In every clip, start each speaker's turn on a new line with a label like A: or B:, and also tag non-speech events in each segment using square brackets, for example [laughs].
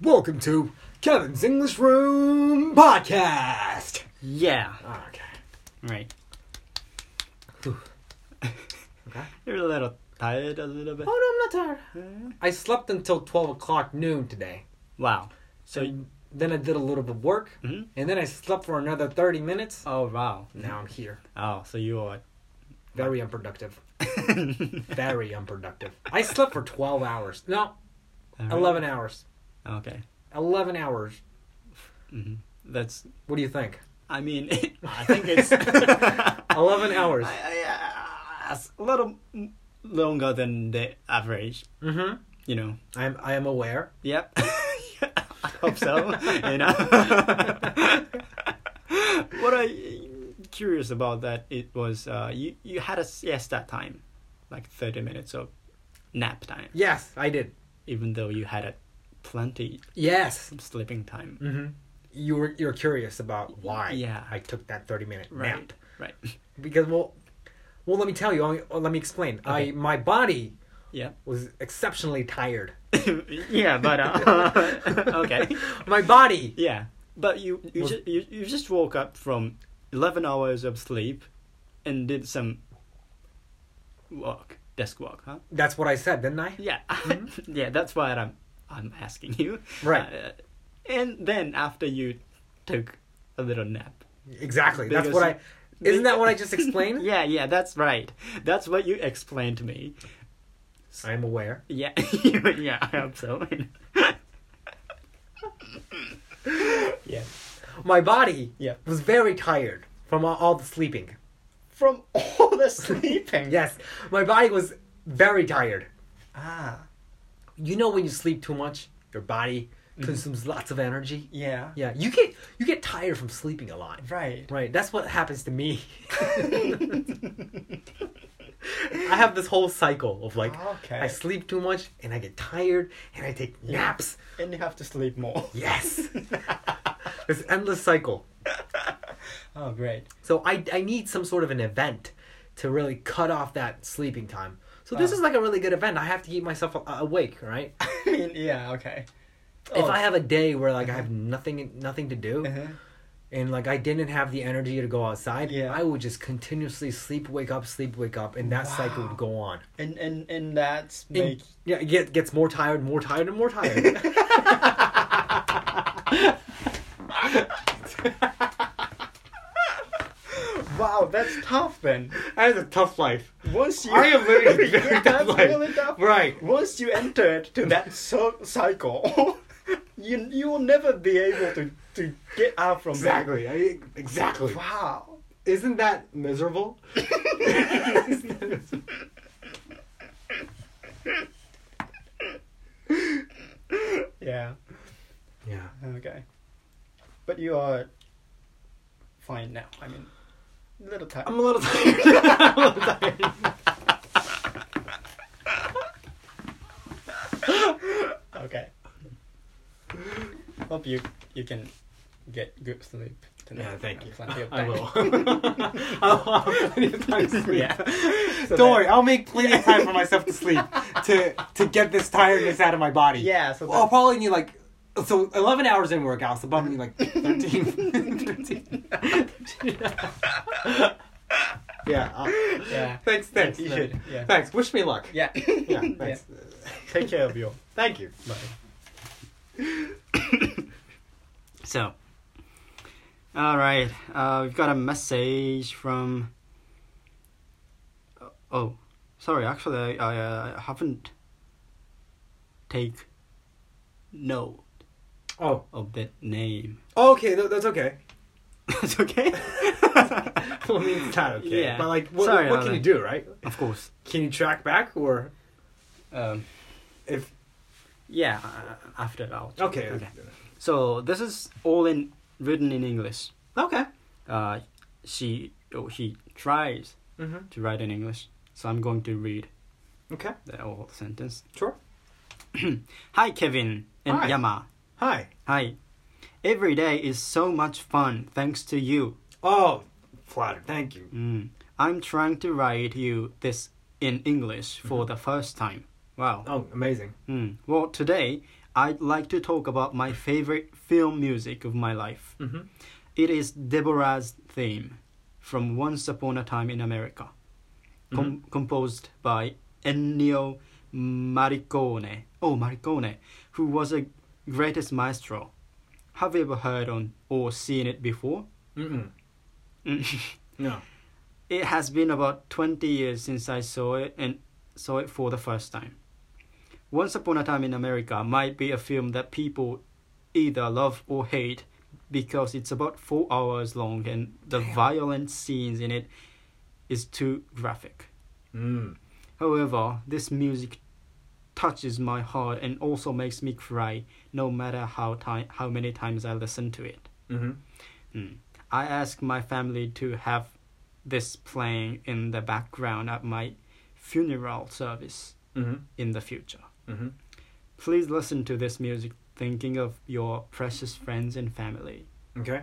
A: Welcome to Kevin's English Room Podcast.
B: Yeah.
A: Okay.
B: Right.
A: Okay.
B: [laughs] You're a little tired a little bit.
A: Oh no, I'm not tired. I slept until twelve o'clock noon today.
B: Wow. So
A: And then I did a little bit of work,
B: Mhm.
A: and then I slept for another thirty minutes.
B: oh wow.
A: Now I'm here,
B: Oh, so you are [laughs]
A: very unproductive. [laughs] Very unproductive. I slept for twelve hours. No, eleven hours.
B: Okay.
A: Eleven hours.
B: hmm That's
A: What do you think?
B: I mean [laughs] I think [laughs] it's
A: 11 hours.
B: I- I- uh, it's a little m- longer than the average,
A: Mm-hmm.
B: you know.
A: I am. I am aware.
B: Yep. [laughs] I hope [laughs] so. you know. what I curious about that it was uh, you you had a siesta time, like thirty minutes of nap time,
A: Yes, I did.
B: even though you had a plenty
A: Yes.
B: of sleeping time.
A: Mm-hmm. You were you're curious about why
B: Yeah.
A: I took that 30 minute nap
B: Right. Right. [laughs]
A: because well, well let me tell you. I- uh, Let me explain. I
B: Okay.
A: my body
B: Yeah.
A: was exceptionally tired.
B: [laughs] yeah, but uh, [laughs] okay.
A: [laughs] My body.
B: Yeah, but you you,
A: Was-
B: ju- you you just woke up from eleven hours of sleep, and did some work, desk work, huh?
A: That's what I said, didn't I?
B: Yeah, [laughs] yeah, that's why I'm I'm asking you.
A: Mm-hmm. Right.
B: Uh, and then after you took a little nap.
A: Exactly. That's
B: Because-
A: what I. Isn't that what I
B: [laughs]
A: just explained?
B: yeah, yeah, that's right. That's what you explained to me.
A: I am aware.
B: Yeah, [laughs] yeah, I hope so. [laughs] yeah,
A: My body
B: Yeah.
A: was very tired from all, all the sleeping.
B: from all the sleeping.
A: Yes, my body was very tired.
B: Ah.
A: You know when you sleep too much, your body consumes lots of energy.
B: Mm-hmm. Yeah.
A: Yeah, you get you get tired from sleeping a lot.
B: Right.
A: Right, that's what happens to
B: [laughs]
A: me. I have this whole cycle of like
B: Okay.
A: I sleep too much and I get tired and I take naps.
B: and you have to sleep more.
A: Yes. this endless cycle.
B: [laughs] Oh,
A: [laughs]
B: great.
A: So I I need some sort of an event to really cut off that sleeping time. So this
B: Oh.
A: is like a really good event. I have to keep myself a- awake, right?
B: I mean, yeah. Okay.
A: if I have a day where like I have nothing nothing to do
B: Oh. Uh-huh.
A: and like I didn't have the energy to go outside,
B: Yeah.
A: I would just continuously sleep, wake up, sleep, wake up, and that cycle would go on.
B: and and and that's make.
A: Yeah, it get, gets more tired, more tired, and more tired.
B: Wow, that's tough then.
A: [laughs] that is a tough life.
B: Once you
A: I am living a very
B: [laughs] Yeah,
A: tough
B: that's
A: life.
B: really tough.
A: Right.
B: Once you enter it to that so- cycle, [laughs] you you will never be able to to get out from
A: Exactly. I, exactly.
B: that. Wow.
A: Isn't that [laughs] miserable?
B: Yeah.
A: yeah.
B: Okay. But you are fine now. I mean, a little tired.
A: I'm a little [laughs] tired. I'm a little tired.
B: Okay. Hope you you can get good sleep tonight.
A: Yeah, thank you.
B: Plenty of
A: [laughs] I
B: time.
A: will.
B: [laughs]
A: [laughs] I'll have plenty of time [laughs] to sleep.
B: Yeah. So
A: Don't
B: that-
A: worry, I'll make plenty of
B: [laughs]
A: time for myself to sleep to to get this tiredness out of my body.
B: Yeah. So
A: I'll probably need like so eleven hours didn't work out, so probably need like
B: [laughs]
A: 13. 13. yeah. I'll-
B: Yeah.
A: [laughs] Thanks, thanks.
B: You
A: thanks.
B: should, yeah.
A: Thanks. Wish me luck.
B: [laughs] yeah.
A: Yeah, thanks.
B: Take care of you.
A: Thank you.
B: Bye. [coughs] so, all right, uh, we've got a message from. Oh, sorry. Actually, I, I uh, haven't take note
A: Oh.
B: of that name. [laughs]
A: okay, tha- that's okay. [laughs]
B: That's [laughs] okay.
A: I mean, it's not okay.
B: Yeah.
A: But like what,
B: Sorry
A: what
B: about
A: can you
B: that.
A: do, right?
B: of course.
A: Can you track back or
B: Um,
A: if
B: yeah. Uh, after I'll check.
A: Okay.
B: Okay. So this is all in written in English.
A: Okay.
B: Uh, she or he tries
A: hmm
B: to write in English. So I'm going to read
A: Okay.
B: the whole sentence.
A: Sure.
B: [clears throat] Hi, Kevin and
A: Hi.
B: Yama.
A: Hi.
B: Hi. Every day is so much fun thanks to you.
A: Oh, flattered. Thank you.
B: Mm. I'm trying to write you
A: Mm-hmm.
B: this in English for the first time. Wow.
A: Oh, amazing.
B: Mm. Well, today I'd like to talk about my favorite film music of my life.
A: Mm-hmm.
B: It is Deborah's theme from Once Upon a Time in America, com- composed by Ennio Morricone. Oh, Morricone, who was a greatest maestro. Have you ever heard on or seen it before? [laughs]
A: Mm-mm. No.
B: It has been about 20 years since I saw it and saw it for the first time. Once Upon a Time in America might be a film that people either love or hate because it's about four hours long and the
A: Damn.
B: violent scenes in it is too graphic.
A: Mm.
B: However, this music touches my heart and also makes me cry no matter how, time, how many times I listen to it.
A: Mm-hmm.
B: Mm. I asked my family to have this playing in the background at my funeral service
A: Mm-hmm.
B: in the future.
A: Mm-hmm.
B: Please listen to this music thinking of your precious friends and family.
A: Okay.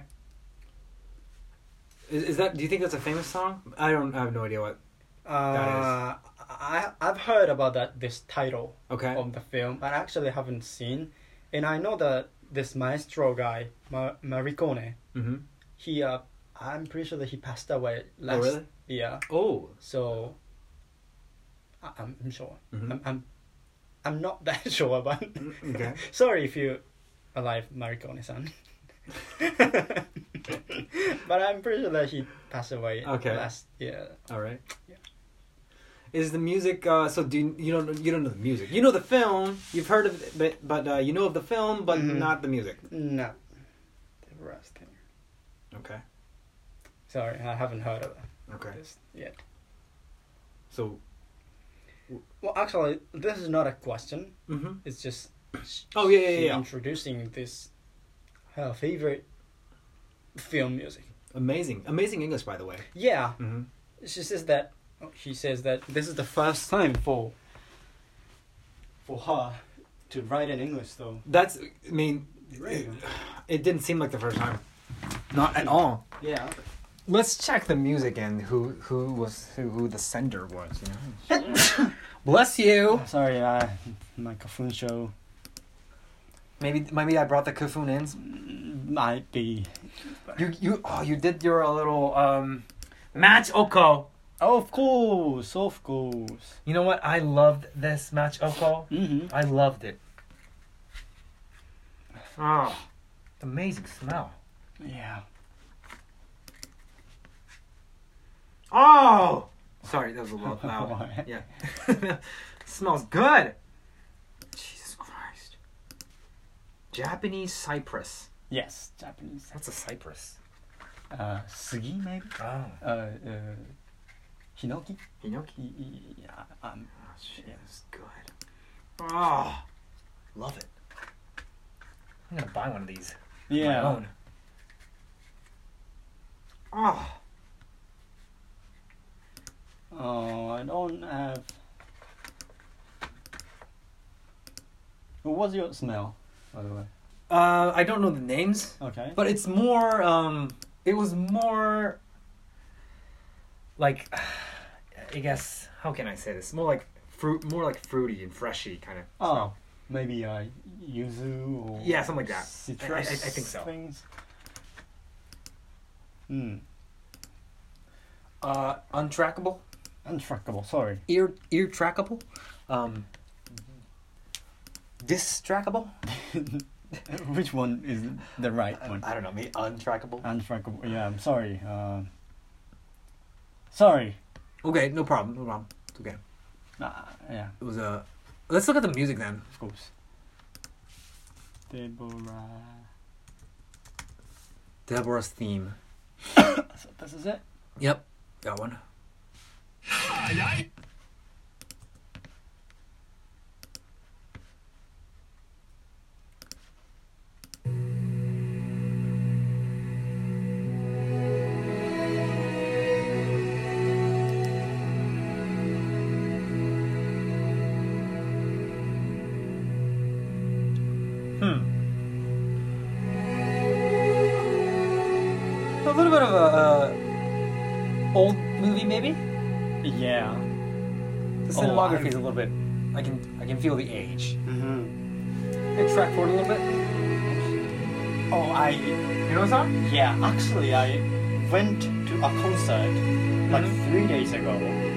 A: Is, is that? Do you think that's a famous song? I don't. I have no idea what.
B: Uh, I I've heard about that this title
A: Okay.
B: of the film, but I actually haven't seen. And I know that this maestro guy, Ma- Maricone,
A: Mm-hmm.
B: he uh, I'm pretty sure that he passed away
A: Oh
B: last
A: really?
B: year.
A: Oh.
B: So I- I'm, I'm sure.
A: Mhm.
B: I'm, I'm I'm not [laughs] that sure about.
A: Mm-hmm. Okay.
B: [laughs] Sorry if you alive, Maricone-san. [laughs] but I'm pretty sure that he passed away
A: Okay.
B: last year.
A: All right.
B: Yeah.
A: Is the music? Uh, so do you, you don't know- you don't know the music? You know the film. You've heard of it, but but uh, you know of the film, but
B: Mhm.
A: not the music.
B: No, the rest thing.
A: Okay.
B: Sorry, I haven't heard of
A: Okay.
B: this yet.
A: So.
B: Well, actually, this is not a question.
A: Mm-hmm.
B: It's just sh-
A: Oh, yeah, yeah,
B: she
A: yeah.
B: introducing this her favorite film music.
A: Amazing, amazing English, by the way.
B: Yeah,
A: Mm-hmm.
B: she says that she says that this is the first time for for her to write in english though
A: That's. I mean, it, it didn't seem like the first time. Not at all.
B: yeah
A: Let's check the music and who who was who, who the sender was. You know? Bless you.
B: sorry uh, my kafun show
A: Maybe maybe I brought the kafun in.
B: might be
A: You you oh you did your little um match oko.
B: oh, of course of course
A: You know what? I loved this match oko.
B: mm-hmm.
A: I loved it. Oh, amazing smell.
B: yeah
A: Oh, sorry, that was a [laughs] little loud.
B: [laughs]
A: yeah, smells good. Jesus Christ. Japanese cypress.
B: yes japanese
A: What's a cypress?
B: uh sugi maybe
A: Oh,
B: uh, uh hinoki
A: hinoki.
B: Y- y- yeah, um,
A: Oh, shit, it's good. Oh, love it. I'm gonna buy one of these.
B: yeah
A: My own. Oh,
B: Oh, I don't have. What was your smell, by the way?
A: uh, I don't know the names,
B: Okay.
A: but it's more. Um, it was more. Like, [sighs] I guess how can I say this? More like fruit, more like fruity and freshy kind of.
B: oh, maybe uh, yuzu or
A: Yeah, something like that. I- I-
B: Citrus
A: I think so.
B: Things. Hmm.
A: Uh, untrackable,
B: Untrackable. Sorry. [laughs]
A: ear ear trackable, um, distrackable.
B: Which one is the right one?
A: I don't know, maybe untrackable.
B: Untrackable. Yeah, I'm sorry. Uh, sorry.
A: Okay, no problem, no problem. It's okay.
B: Uh, yeah,
A: It was Uh... Let's look at the music then.
B: of course. [coughs] Deborah.
A: Deborah's theme.
B: So this is it.
A: Yep, got one. Hmm. A little bit of a uh, old movie, maybe.
B: Yeah.
A: The
B: Oh,
A: cinematography
B: I-
A: is a little bit. I can I can feel the age.
B: Mm-hmm.
A: Hey, track forward a little bit.
B: Oh, I
A: You know the song?
B: yeah. Actually, I went to a concert like three days ago,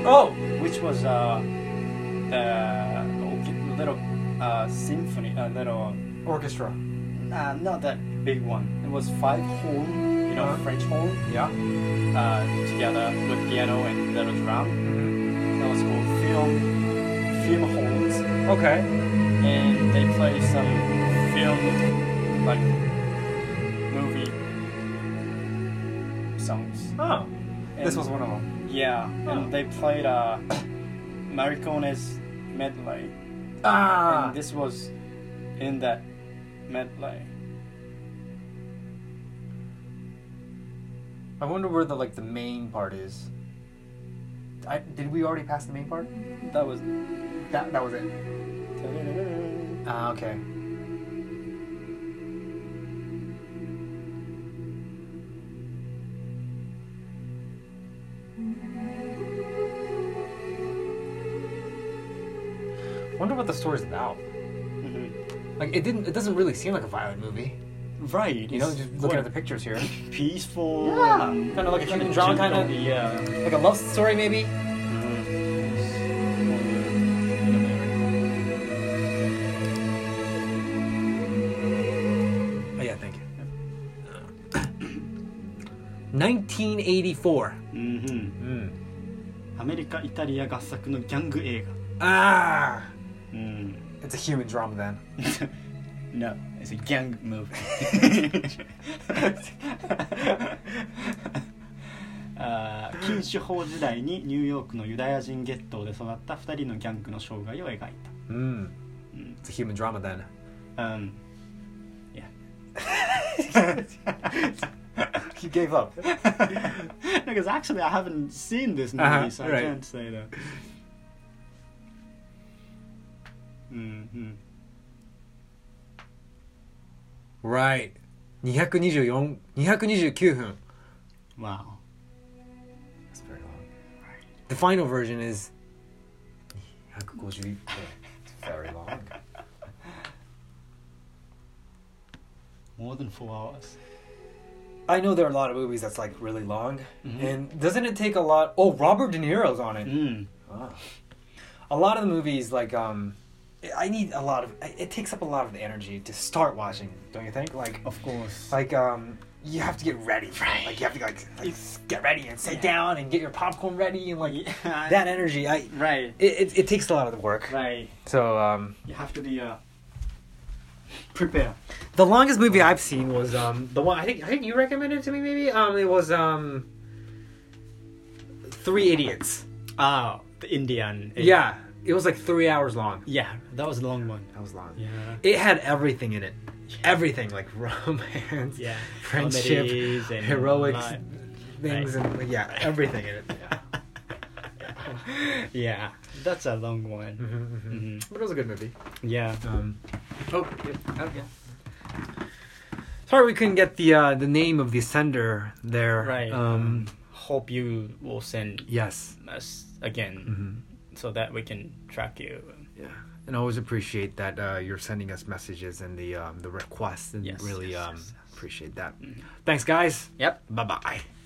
A: Oh,
B: which was uh, uh, a little uh, symphony, a little
A: orchestra.
B: uh, not that big one. It was five horn, you know,
A: Uh-huh.
B: French horn
A: Yeah.
B: uh, together with piano and little drum.
A: Mm-hmm.
B: That was called film film horns.
A: Okay.
B: and they play some film, like movie songs.
A: Oh, this
B: And-
A: was one of them.
B: Yeah,
A: Oh.
B: and they played uh, Maricone's medley,
A: Ah.
B: and this was in that medley.
A: I wonder where the like the main part is. I, did we already pass the main part?
B: That was.
A: That that was it. Ah, okay. Wonder what the story's about.
B: Mhm.
A: Like it didn't. It doesn't really seem like a violent movie.
B: Right,
A: You know, just looking at the pictures here.
B: peaceful.
A: Yeah.
B: and
A: Kinda like a
B: kinda
A: human drama,
B: gentle,
A: kinda.
B: Yeah.
A: [laughs] Like a love story, maybe. Oh yeah, thank you. 1984.
B: うん
A: Mm-hmm. Hmm.
B: アメリカ、イタリア合作のギャング映
A: Ah,
B: 画。うん。 [laughs]
A: it's a human drama then.
B: No, it's a gang [laughs] movie. uh, 禁酒法時代にニューヨークのユダヤ人ゲットーで育った2人のギャングの生涯を描いた。
A: Mm.
B: Mm.
A: It's a human drama then.
B: Um, yeah. [laughs]
A: [laughs] He gave up.
B: because actually, I haven't seen this movie,
A: Uh-huh,
B: so I
A: right.
B: can't say that. hmm
A: Right. 224 229分
B: Wow.
A: That's very long. The final version is 250 [laughs] It's very long.
B: [laughs] More than four hours.
A: I know there are a lot of movies that's like really long.
B: Mhm.
A: And doesn't it take a lot Oh, Robert De Niro's on it.
B: Mm.
A: Ah. A lot of the movies like um I need a lot of it it takes up a lot of energy to start watching, don't you think? Like
B: Of course. [laughs]
A: like um you have to get ready for it. Like you have to like, like get ready and sit down and get your popcorn ready and like
B: Yeah.
A: that energy. I it,
B: Right.
A: it, it takes a lot of the work.
B: Right.
A: So um
B: You have to be uh, prepare.
A: the longest movie I've seen was um the one I think I think you recommended it to me maybe um it was um Three Idiots.
B: Ah, the Indian. eh?
A: Yeah, it was like three hours long.
B: Yeah, that was a long one.
A: That was long.
B: Yeah.
A: It had everything in it, everything like [laughs] romance,
B: Yeah.
A: friendship,
B: Comedies and
A: heroic
B: li-
A: things,
B: right.
A: and like, yeah, everything in it. Yeah.
B: [laughs] yeah, that's a long one.
A: Mhm.
B: Mhm.
A: [laughs] But it was a good movie.
B: Yeah.
A: Um, oh, yeah. okay. Sorry, we couldn't get the uh, the name of the sender there.
B: Right.
A: Um,
B: Hope you will send
A: yes.
B: us again
A: hmm
B: so that we can track you.
A: Yeah. And I always appreciate that uh, you're sending us messages and the um, the requests, and
B: Yes,
A: really
B: yes,
A: um,
B: yes, yes.
A: appreciate that.
B: Mhm.
A: Thanks, guys.
B: Yep.
A: Bye bye.